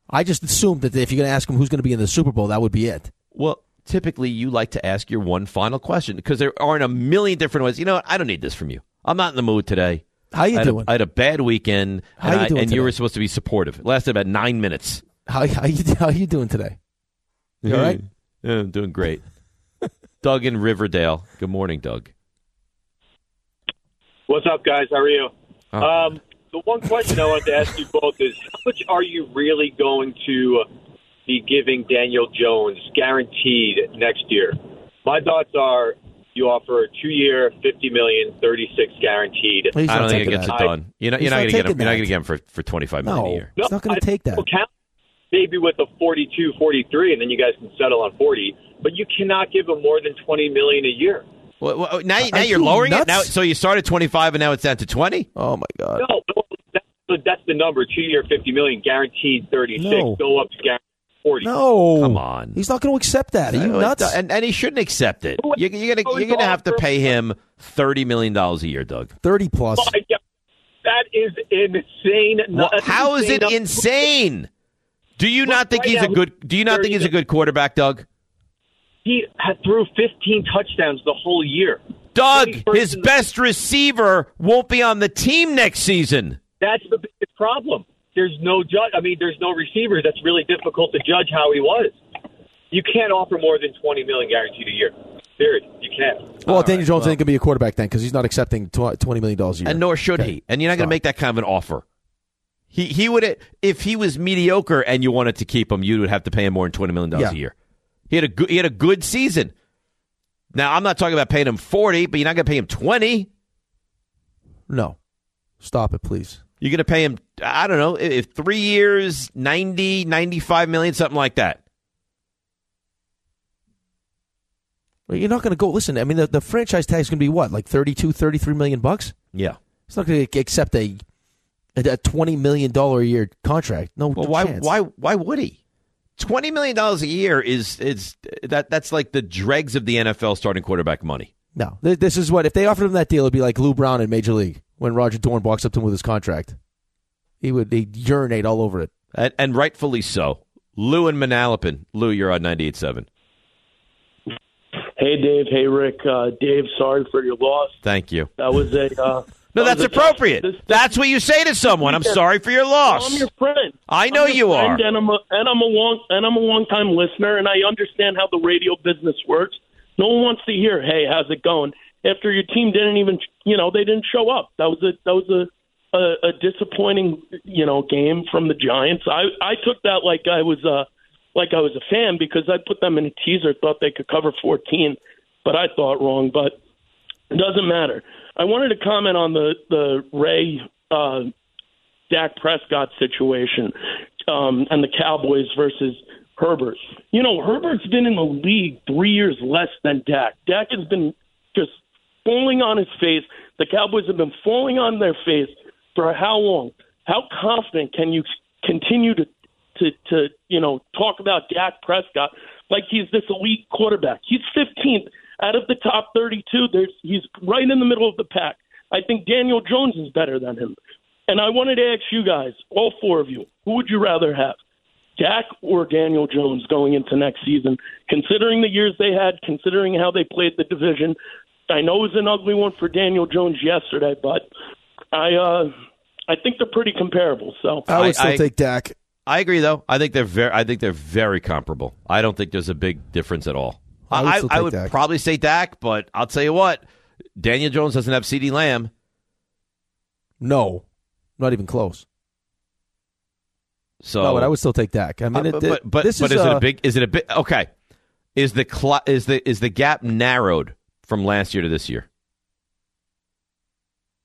S2: I just assumed that if you're going to ask him who's going to be in the Super Bowl, that would be it.
S3: Well, typically you like to ask your one final question because there aren't a million different ways. You know what? I don't need this from you. I'm not in the mood today.
S2: How you
S3: I had a-
S2: doing?
S3: I had a bad weekend,
S2: How
S3: and,
S2: you
S3: I-
S2: doing
S3: and you
S2: today?
S3: were supposed to be supportive. It lasted about nine minutes.
S2: How how you how you doing today? You all right?
S3: Yeah, I'm doing great. Doug in Riverdale. Good morning, Doug.
S12: What's up, guys? How are you?
S3: Oh,
S12: um, the one question I wanted to ask you both is how much are you really going to be giving Daniel Jones guaranteed next year? My thoughts are you offer a two year, $50 million, 36 guaranteed.
S3: I don't think it gets it done. You're not, you're
S12: He's not
S3: not going to get him.
S12: taking
S3: You're not
S12: that.
S3: going to get him for for 25 million a year.
S12: No, not going to take that. Count maybe with a 42, 43, and then you guys can settle on 40. But you cannot give him more than 20 million a year.
S3: Well, well, now now you're lowering it now. So you started 25 and now it's down to 20.
S2: Oh my god.
S12: No, no, that's, the- that's the number. Two year, fifty million, guaranteed thirty six.
S2: No.
S12: Go up to guaranteed forty.
S2: No,
S3: come on.
S2: He's not going to accept that. Are you
S3: No, it
S2: nuts?
S3: does- And, and he shouldn't accept it. You're, you're gonna you're gonna have to pay him 30 million dollars a year, Doug.
S2: Thirty plus.
S12: My God, that is insane.
S3: Well,
S12: That's
S3: how is
S12: insane
S3: it
S12: number.
S3: insane? Do you not think
S12: right
S3: he's a
S12: now,
S3: good? Do you not think he's a good quarterback, Doug?
S12: He had threw fifteen touchdowns the whole year.
S3: Doug, his best receiver won't be on the team next season.
S12: That's the biggest problem. There's no judge. I mean, there's no receivers. That's really difficult to judge how he was. You can't offer more than twenty million guaranteed a year. Period. You can't.
S2: well, Daniel Jones ain't going to be a quarterback then because he's not accepting tw- twenty million dollars a year.
S3: and nor should he. And you're not going to make that kind of an offer. He he would if he was mediocre and you wanted to keep him, you would have to pay him more than twenty million dollars
S2: Yeah.
S3: a year. He had a good he had a good season. Now I'm not talking about paying him forty, but you're not going to pay him twenty.
S2: No, stop it, please.
S3: You're going to pay him I don't know if- if three years 90, 95 million, something like that.
S2: Well, You're not going to go. Listen, I mean, the, the franchise tag is going to be what, like 32, 33 million bucks?
S3: Yeah.
S2: It's not going to accept a a a twenty million dollar a year contract. No,
S3: Well, why
S2: chance.
S3: why why would he? Twenty million dollars a year is is that that's like the dregs of the NFL starting quarterback money.
S2: No, Th- this is what if they offered him that deal, it'd be like Lou Brown in Major League when Roger Dorn walks up to him with his contract. He would he'd urinate all over it.
S3: and, and rightfully so. Lou and Manalapan. Lou, you're on 98.7.
S17: Hey, Dave. Hey, Rick. Uh, Dave, sorry for your loss.
S3: Thank you.
S17: That was a. Uh,
S3: No, that's
S17: that was a-
S3: appropriate.
S17: This-
S3: That's what you say to someone. I'm sorry for your loss.
S17: I'm your friend.
S3: I know
S17: I'm your
S3: you
S17: friend,
S3: are.
S17: and I'm a and I'm a long and I'm a long time listener, and I understand how the radio business works. No one wants to hear, "Hey, how's it going?" After your team didn't even, you know, they didn't show up. That was a that was a a, a disappointing, you know, game from the Giants. I I took that like I was uh like I was a fan because I put them in a teaser, thought they could cover 14, but I thought wrong. But it doesn't matter. I wanted to comment on the the Ray uh, Dak Prescott situation um, and the Cowboys versus Herbert. You know, Herbert's been in the league three years less than Dak. Dak has been just falling on his face. The Cowboys have been falling on their face for how long? How confident can you continue to to to you know talk about Dak Prescott like he's this elite quarterback? He's 15th out of the top 32. There's he's right in the middle of the pack. I think Daniel Jones is better than him. And I wanted to ask you guys, all four of you, who would you rather have? Dak or Daniel Jones going into next season, considering the years they had, considering how they played the division. I know it was an ugly one for Daniel Jones yesterday, but I uh, I think they're pretty comparable. So
S2: Dak.
S3: I agree, though. I think they're very. I think they're very comparable. I don't think there's a big difference at all.
S2: I would
S3: I,
S2: still
S3: I
S2: take
S3: would
S2: Dak.
S3: probably say Dak, but I'll tell you what, Daniel Jones doesn't have C.D. Lamb,
S2: No, not even close.
S3: So,
S2: no, but I would still take Dak. I mean,
S3: Uh,
S2: it,
S3: but but, but,
S2: this
S3: but
S2: is,
S3: is, it
S2: uh,
S3: a big? Is it a big? Okay, is the cl- is the is the gap narrowed from last year to this year?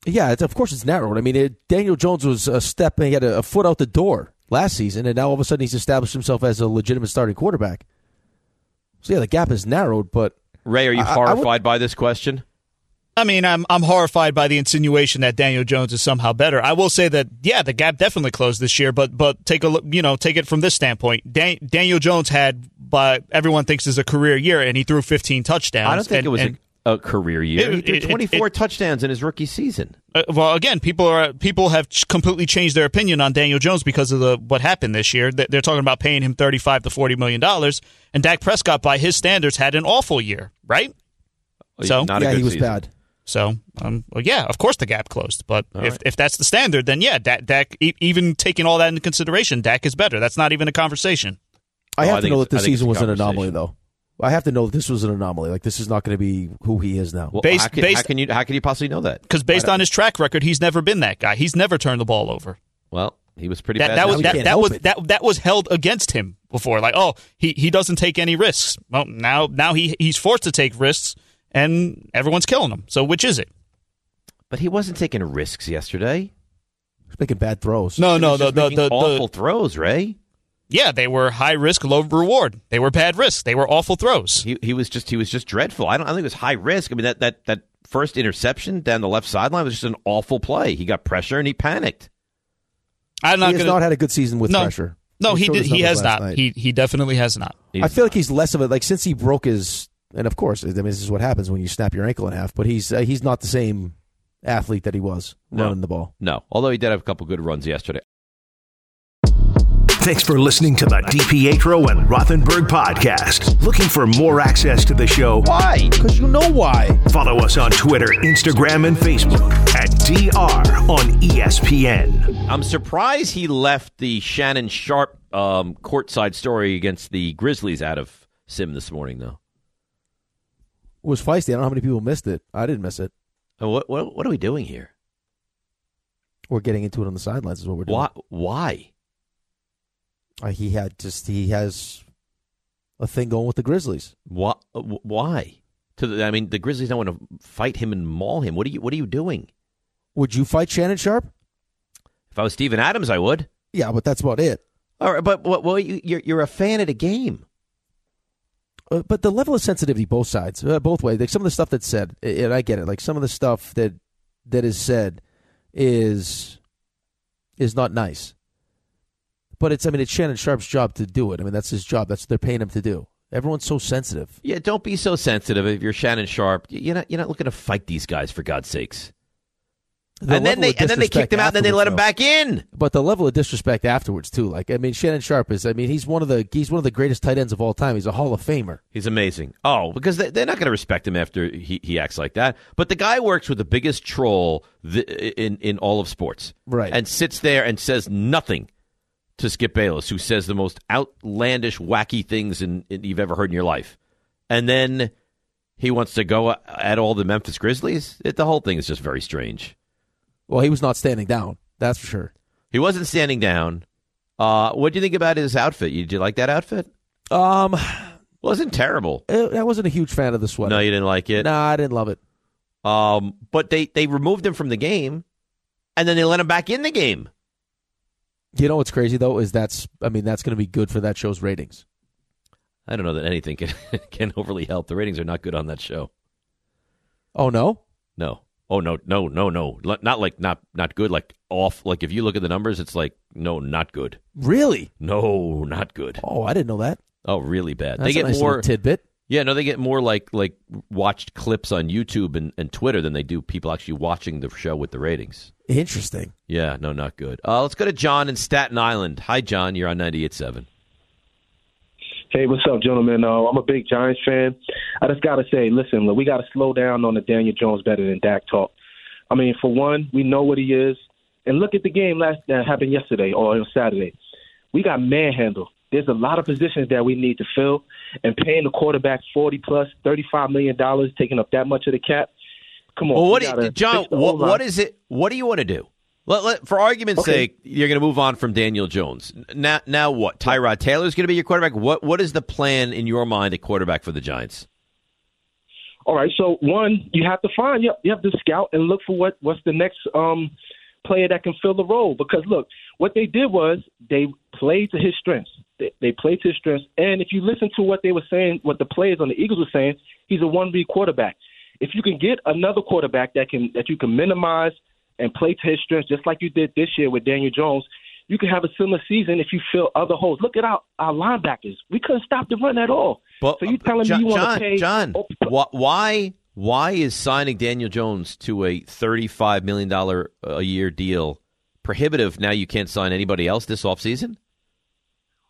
S2: Yeah, it's, of course it's narrowed. I mean, it, Daniel Jones was a step and he had a, a foot out the door last season, and now all of a sudden he's established himself as a legitimate starting quarterback. So yeah, the gap is narrowed, but
S3: Ray, are you
S2: I- I would-
S3: horrified by this question?
S6: I mean, I'm I'm horrified by the insinuation that Daniel Jones is somehow better. I will say that yeah, the gap definitely closed this year, but but take a look, you know, take it from this standpoint. Dan- Daniel Jones had by everyone thinks is a career year and he threw 15 touchdowns.
S3: I don't think
S6: and-
S3: it was
S6: and-
S3: a, a career year.
S6: It-
S3: he threw
S6: it- it-
S3: 24 touchdowns in his rookie season.
S6: Uh, well, again, people are people have ch- completely changed their opinion on Daniel Jones because of the what happened this year. They- They're talking about paying him thirty-five to forty million dollars, and Dak Prescott, by his standards, had an awful year, right? So
S2: Not a Yeah, good he was season. bad.
S6: So, um, well, yeah, of course the gap closed, but
S2: All
S6: if
S2: right.
S6: if that's the standard, then yeah, Dak, Dak e- even taking all that into consideration, Dak is better. That's not even a conversation. Oh,
S2: I have
S6: I
S2: to
S6: think
S2: know
S6: it's-
S2: that this
S6: I think it's
S2: season
S6: a
S2: was an anomaly, though. I have to know that this was an anomaly. Like this is not going to be who he is now.
S6: Well, Based- how can- how based- can
S3: you how can you possibly know that?
S6: Because based
S2: I don't-
S6: on his track record, he's never been that guy. He's never turned the ball over.
S3: Well, he was pretty
S6: that,
S3: bad.
S6: that was
S3: this
S6: that,
S3: year.
S6: that was that that was held against him before. Like, oh, he, he doesn't take any risks. Well, now now he he's forced to take risks, and everyone's killing him. So which is it?
S3: But he wasn't taking risks yesterday.
S2: He's making bad throws.
S6: No,
S3: He
S6: no,
S3: was
S6: the
S3: just
S6: the,
S3: making
S6: the, the
S3: awful throws, Ray.
S6: Yeah, they were high risk, low reward. They were bad risks. They were awful throws.
S3: He, he was just he was just dreadful. I don't I don't think it was high risk. I mean that that that first interception down the left sideline was just an awful play. He got pressure and he panicked.
S6: I'm
S2: he has not had a good season with
S6: no,
S2: pressure.
S6: No, he
S2: showed
S6: did,
S2: his
S6: he
S2: numbers
S6: has
S2: last
S6: not.
S2: night.
S6: He he definitely has not.
S2: I feel like he's less of a like since he broke his and of course I mean this is what happens when you snap your ankle in half. But he's uh, he's not the same athlete that he was running the ball.
S3: No, although he did have a couple good runs yesterday.
S1: Thanks for listening to the DPetro and Rothenberg podcast. Looking for more access to the show?
S2: Why? Because you know why.
S1: Follow us on Twitter, Instagram, and Facebook at DR on E ESPN.
S3: I'm surprised he left the Shannon Sharp um, courtside story against the Grizzlies out of Sim this morning, though.
S2: It was feisty. I don't know how many people missed it. I didn't miss it.
S3: Uh, What what, what are we doing here?
S2: We're getting into it on the sidelines is what we're doing.
S3: Why? Why?
S2: Uh, he had just he has a thing going with the Grizzlies.
S3: Why? uh, why? To the, I mean, the Grizzlies don't want to fight him and maul him. What are you? What are you doing?
S2: Would you fight Shannon Sharp?
S3: If I was Steven Adams, I would.
S2: Yeah, but that's about it.
S3: All right, but well, you, you're you're a fan of the game.
S2: Uh, but the level of sensitivity, both sides, uh, both ways. Like some of the stuff that's said, a- and I get it. Like some of the stuff that that is said is is not nice. But it's, I mean, it's Shannon Sharp's job to do it. I mean, that's his job. That's what they're paying him to do. Everyone's so sensitive.
S3: Yeah, don't be so sensitive. If you're Shannon Sharp, y- you're not you're not looking to fight these guys for God's sakes.
S2: The
S3: and then
S2: level
S3: they
S2: of
S3: and then they
S2: disrespect
S3: kicked him out, and then they let him
S2: afterwards,
S3: back in.
S2: But the level of disrespect afterwards too. Like, I mean, Shannon Sharp is. I mean, he's one of the he's one of the greatest tight ends of all time. He's a Hall of Famer.
S3: He's amazing. Oh, because they, they're not going to respect him after he, he acts like that. But the guy works with the biggest troll th- in in all of sports,
S2: Right.
S3: And sits there and says nothing to Skip Bayless, who says the most outlandish, wacky things in, in, you've ever heard in your life. And then he wants to go at all the Memphis Grizzlies. It, the whole thing is just very strange.
S2: Well, he was not standing down. That's for sure.
S3: He wasn't standing down. Uh, what do you think about his outfit? You, did you like that outfit?
S2: Um,
S3: wasn't terrible.
S2: Uh, I wasn't a huge fan of the sweater.
S3: No, you didn't like it.
S2: No, I didn't love it.
S3: Um, but they they removed him from the game, and then they let him back in the game.
S2: You know what's crazy though is that's I mean that's going to be good for that show's ratings.
S3: I don't know that anything can can overly help. The ratings are not good on that show.
S2: Oh no,
S3: No. Oh no no no no. L- Not like not not good. Like off. Like if you look at the numbers, it's like no, not good.
S2: really?
S3: No, not good.
S2: Oh, I didn't know that.
S3: Oh, really bad.
S2: That's
S3: they
S2: a
S3: get
S2: nice little
S3: more
S2: tidbit.
S3: Yeah, no, they get more like like watched clips on YouTube and, and Twitter than they do people actually watching the show with the ratings.
S2: Interesting.
S3: Yeah, no, not good. Uh, let's go to John in Staten Island. Hi, John. You're on 98.7.
S18: Hey, what's up, gentlemen? Uh, I'm a big Giants fan. I just got to say, listen, look, we got to slow down on the Daniel Jones better than Dak talk. I mean, for one, we know what he is. And look at the game last that happened yesterday or on Saturday. We got manhandled. There's a lot of positions that we need to fill, and paying the quarterback forty plus, thirty-five million dollars, taking up that much of the cap. Come on,
S3: Well, what
S18: we
S3: do-
S18: gotta
S3: John?
S18: fix the
S3: What,
S18: O-line.
S3: what is it? What do you want to do? Let, let, for argument's
S19: Okay.
S3: sake, you're going to move on from Daniel Jones. N- Now, now what? Tyrod Taylor is going to be your quarterback. What What is the plan in your mind at quarterback for the Giants?
S18: All right. So one, you have to find you have, you have to scout and look for what what's the next um player that can fill the role. Because look, what they did was they played to his strengths. They, they played to his strengths. And if you listen to what they were saying, what the players on the Eagles were saying, he's a one B quarterback. If you can get another quarterback that can that you can minimize and play to his strengths, just like you did this year with Daniel Jones, you can have a similar season if you fill other holes. Look at our, our linebackers. We couldn't stop the run at all.
S3: But
S18: so you telling
S3: John,
S18: me you want
S3: John,
S18: to pay
S3: John, wh- why why is signing Daniel Jones to a thirty-five million dollar a year deal prohibitive? Now you can't sign anybody else this offseason?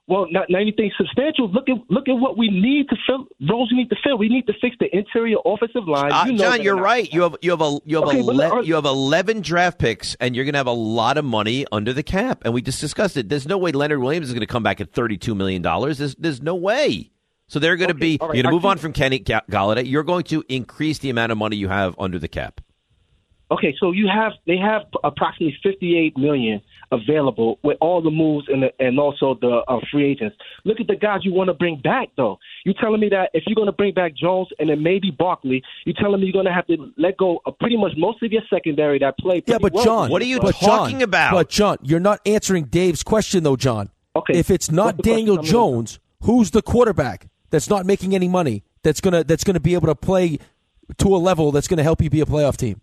S18: Well, not, not anything substantial. Look at look at what we need to fill. Roles we need to fill. We need to fix the interior offensive line.
S3: Uh,
S18: You know
S3: John,
S18: that
S3: you're
S18: not-
S3: right. You have you have a you have
S18: Okay, but
S3: ele-
S18: are-
S3: you have eleven draft picks, and you're going to have a lot of money under the cap. And we just discussed it. There's no way Leonard Williams is going to come back at thirty two million dollars. There's there's no way. So they're going to be
S18: all right,
S3: you're
S18: I
S3: going to move
S18: think-
S3: on from Kenny Ga- Galladay. You're going to increase the amount of money you have under the cap.
S18: Okay, so you have they have approximately 58 million available with all the moves and the, and also the uh, free agents. Look at the guys you want to bring back though. You telling me that if you're going to bring back Jones and then maybe Barkley, you telling me you're going to have to let go of pretty much most of your secondary that play.
S2: Yeah, but John, but John, But John, you're not answering Dave's question though, John.
S18: Okay,
S2: If it's not
S18: what's the question?
S2: Daniel
S18: Tell me what-
S2: Jones, who's the quarterback that's not making any money that's gonna that's gonna be able to play to a level that's gonna help you be a playoff team?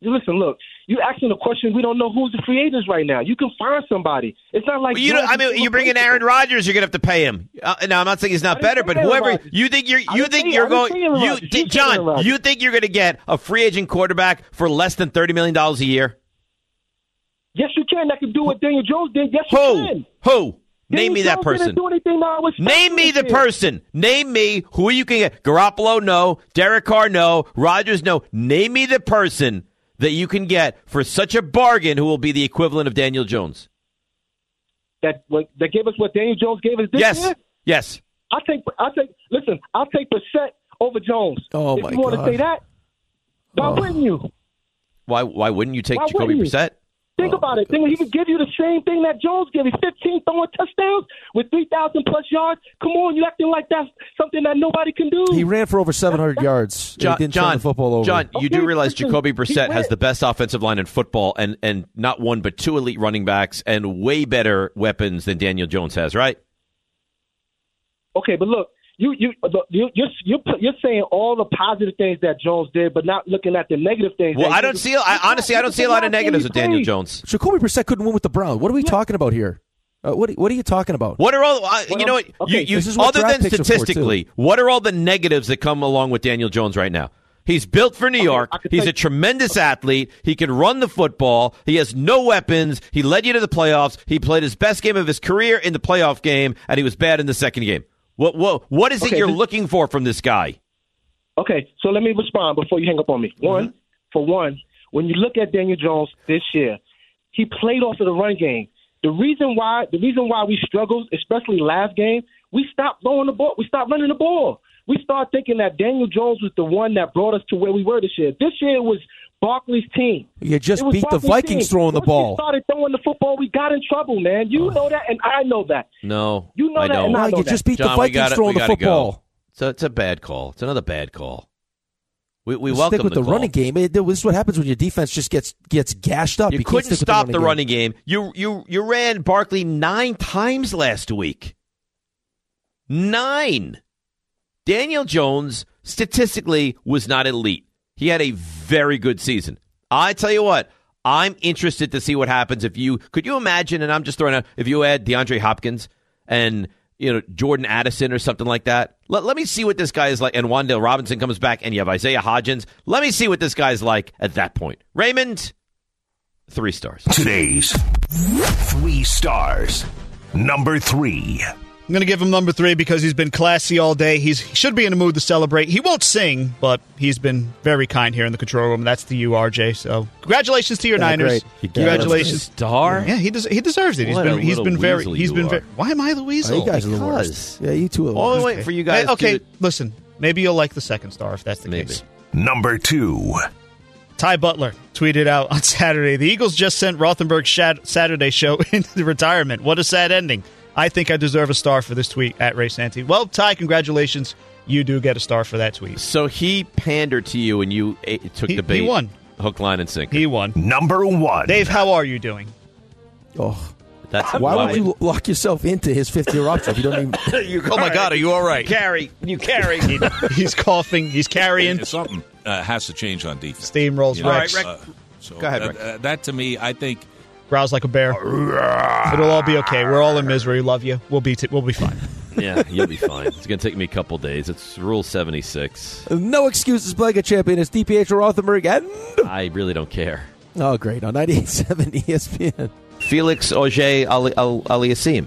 S18: You listen, look, you asking a question. We don't know who's the free agents right now. You can find somebody. It's not like
S3: Well, you know,
S18: Jones
S3: I
S18: is
S3: mean,
S18: still
S3: you bring in
S18: available.
S3: Aaron Rodgers, you're going to have to pay him. Uh, now, I'm not saying he's not
S18: I didn't say
S3: better, but
S18: Aaron
S3: whoever
S18: Rodgers.
S3: you think you're,
S18: I
S3: you
S18: didn't
S3: think
S18: say-
S3: you're
S18: I didn't
S3: going,
S18: say Aaron
S3: you
S18: Rodgers.
S3: di-
S18: You said Aaron
S3: John,
S18: Rodgers.
S3: you think you're going to get a free agent quarterback for less than thirty million dollars a year?
S18: Yes, you can. That can do what Daniel Jones did. Yes, you
S3: Who?
S18: can.
S3: Who? Name
S18: Daniel
S3: me that
S18: Jones didn't
S3: person.
S18: do anything that I was
S3: Name me the person. Name me who you can get. Garoppolo, no. Derek Carr, no. Rodgers, no. Name me the person that you can get for such a bargain who will be the equivalent of Daniel Jones.
S18: that what- that gave us what Daniel Jones gave us this
S3: Yes.
S18: year.
S3: Yes.
S18: I take I take listen. I'll take Brissett over Jones.
S3: Oh,
S18: if
S3: my
S18: you want
S3: God.
S18: to say that? Why wouldn't you?
S3: Why? Why wouldn't you take
S18: Why
S3: Jacoby
S18: wouldn't you?
S3: Brissett?
S18: Think
S3: Oh,
S18: about it. Think he could give you the same thing that Jones gave you: fifteen throwing touchdowns with three thousand plus yards. Come on, you acting like that's something that nobody can do.
S2: He ran for over 700 yards. and he
S3: John,
S2: didn't
S3: John,
S2: turn the football over.
S3: John, you do realize
S2: listen,
S3: Jacoby Brissett
S2: he
S3: has
S2: went-
S3: the best offensive line in football, and and not one but two elite running backs and way better weapons than Daniel Jones has, right?
S18: Okay, but look, you you look, you you're, you're pu- you're saying all the positive things that Jones did, but not looking at the negative things.
S3: Well,
S18: that
S3: I
S18: he
S3: don't
S18: did.
S3: see. I, honestly, I don't see a lot of negatives with Daniel Jones.
S2: Jacoby Brissett couldn't win with the Browns. What are we talking about here? Uh, what What are you talking about?
S3: What are all? Uh, you know what?
S2: okay,
S3: you,
S2: this
S3: you,
S2: is what
S3: other
S2: draft
S3: than
S2: picks are for, too.
S3: statistically, what are all the negatives that come along with Daniel Jones right now? He's built for New York. He's a tremendous athlete. He can run the football. He has no weapons. He led you to the playoffs. He played his best game of his career in the playoff game, and he was bad in the second game. What what what is it
S18: Okay,
S3: you're
S18: this-
S3: looking for from this guy?
S18: Okay, so let me respond before you hang up on me. One,
S2: Mm-hmm.
S18: for one, when you look at Daniel Jones this year, he played off of the run game. The reason why the reason why we struggled, especially last game, we stopped throwing the ball. We stopped running the ball. We started thinking that Daniel Jones was the one that brought us to where we were this year. This year it was Barkley's team.
S2: You just
S18: It was
S2: beat the
S18: Barkley's
S2: Vikings
S18: team.
S2: throwing the
S18: Once
S2: ball. Uh.
S18: We started throwing the football. We got in trouble, man. You know that, and I know that.
S3: No,
S18: You know
S3: I
S18: that,
S3: don't.
S18: and I No, know you that. just beat the
S3: John, we
S2: Vikings
S3: gotta-
S2: throwing
S3: we
S2: the
S3: gotta go.
S2: football.
S3: So it's a bad call. It's another bad call. We we
S2: Stick
S3: welcome
S2: with the,
S3: call.
S2: running game. It- this is what happens when your defense just gets gets gashed up.
S3: You,
S2: can't
S3: couldn't
S2: stick with
S3: stop the
S2: game.
S3: running game. You you you ran Barkley nine times last week. Nine. Daniel Jones statistically was not elite. He had a very good season. I tell you what, I'm interested to see what happens if you could you imagine, and I'm just throwing out if you add DeAndre Hopkins and you know Jordan Addison or something like that. Let, let me see what this guy is like. And Wandale Robinson comes back, and you have Isaiah Hodgins. Let me see what this guy's like at that point. Raymond, three stars.
S1: Today's three stars. Number three.
S6: I'm going to give him number three because he's been classy all day. He's, he should be in a mood to celebrate. He won't sing, but he's been very kind here in the control room. That's the URJ. So congratulations to your
S3: Yeah,
S6: Niners.
S3: great. You got
S6: Congratulations,
S3: a star.
S6: Yeah, he, des- he deserves it. He's
S3: What a
S6: been he's
S3: little
S6: been very
S3: weasel
S6: he's
S3: you
S6: been
S3: are.
S6: very. Why am I the weasel?
S2: Oh, you guys are the worst. Yeah, you two are the worst.
S6: Only wait for you guys.
S2: to-
S6: Okay, listen. Maybe you'll like the second star if that's the case.
S1: Number two.
S6: Ty Butler tweeted out on Saturday The Eagles just sent Rothenberg's Shad- Saturday show into retirement. What a sad ending. I think I deserve a star for this tweet at Ray Santee. Well, Ty, congratulations. You do get a star for that tweet.
S3: So he pandered to you and you eh, took
S6: He-
S3: the bait.
S6: he won.
S3: Hook, line, and sinker.
S6: He won.
S1: Number one.
S6: Dave, how are you doing?
S2: Oh,
S3: that's
S2: why
S3: wow.
S2: would you lock yourself into his fifth-year option if you don't even?
S16: oh my God, are you all
S6: right? Carry. You carry. he's coughing. He's carrying.
S16: Something uh, has to change on defense.
S6: Steamrolls
S16: You know,
S6: Rex.
S16: uh, so
S6: Go ahead,
S16: uh,
S6: Rex.
S16: uh, that to me, I think
S6: Growls like a bear. It'll all be okay. We're all in misery. Love you. We'll be t- we'll be fine.
S3: yeah, you'll be fine. It's going to take me a couple days. It's Rule 76.
S2: no excuses, Blanket champion. It's DPH Rothenberg and
S3: I really don't care.
S2: oh, great on 98.7 ESPN.
S3: Felix Auger Aliassim.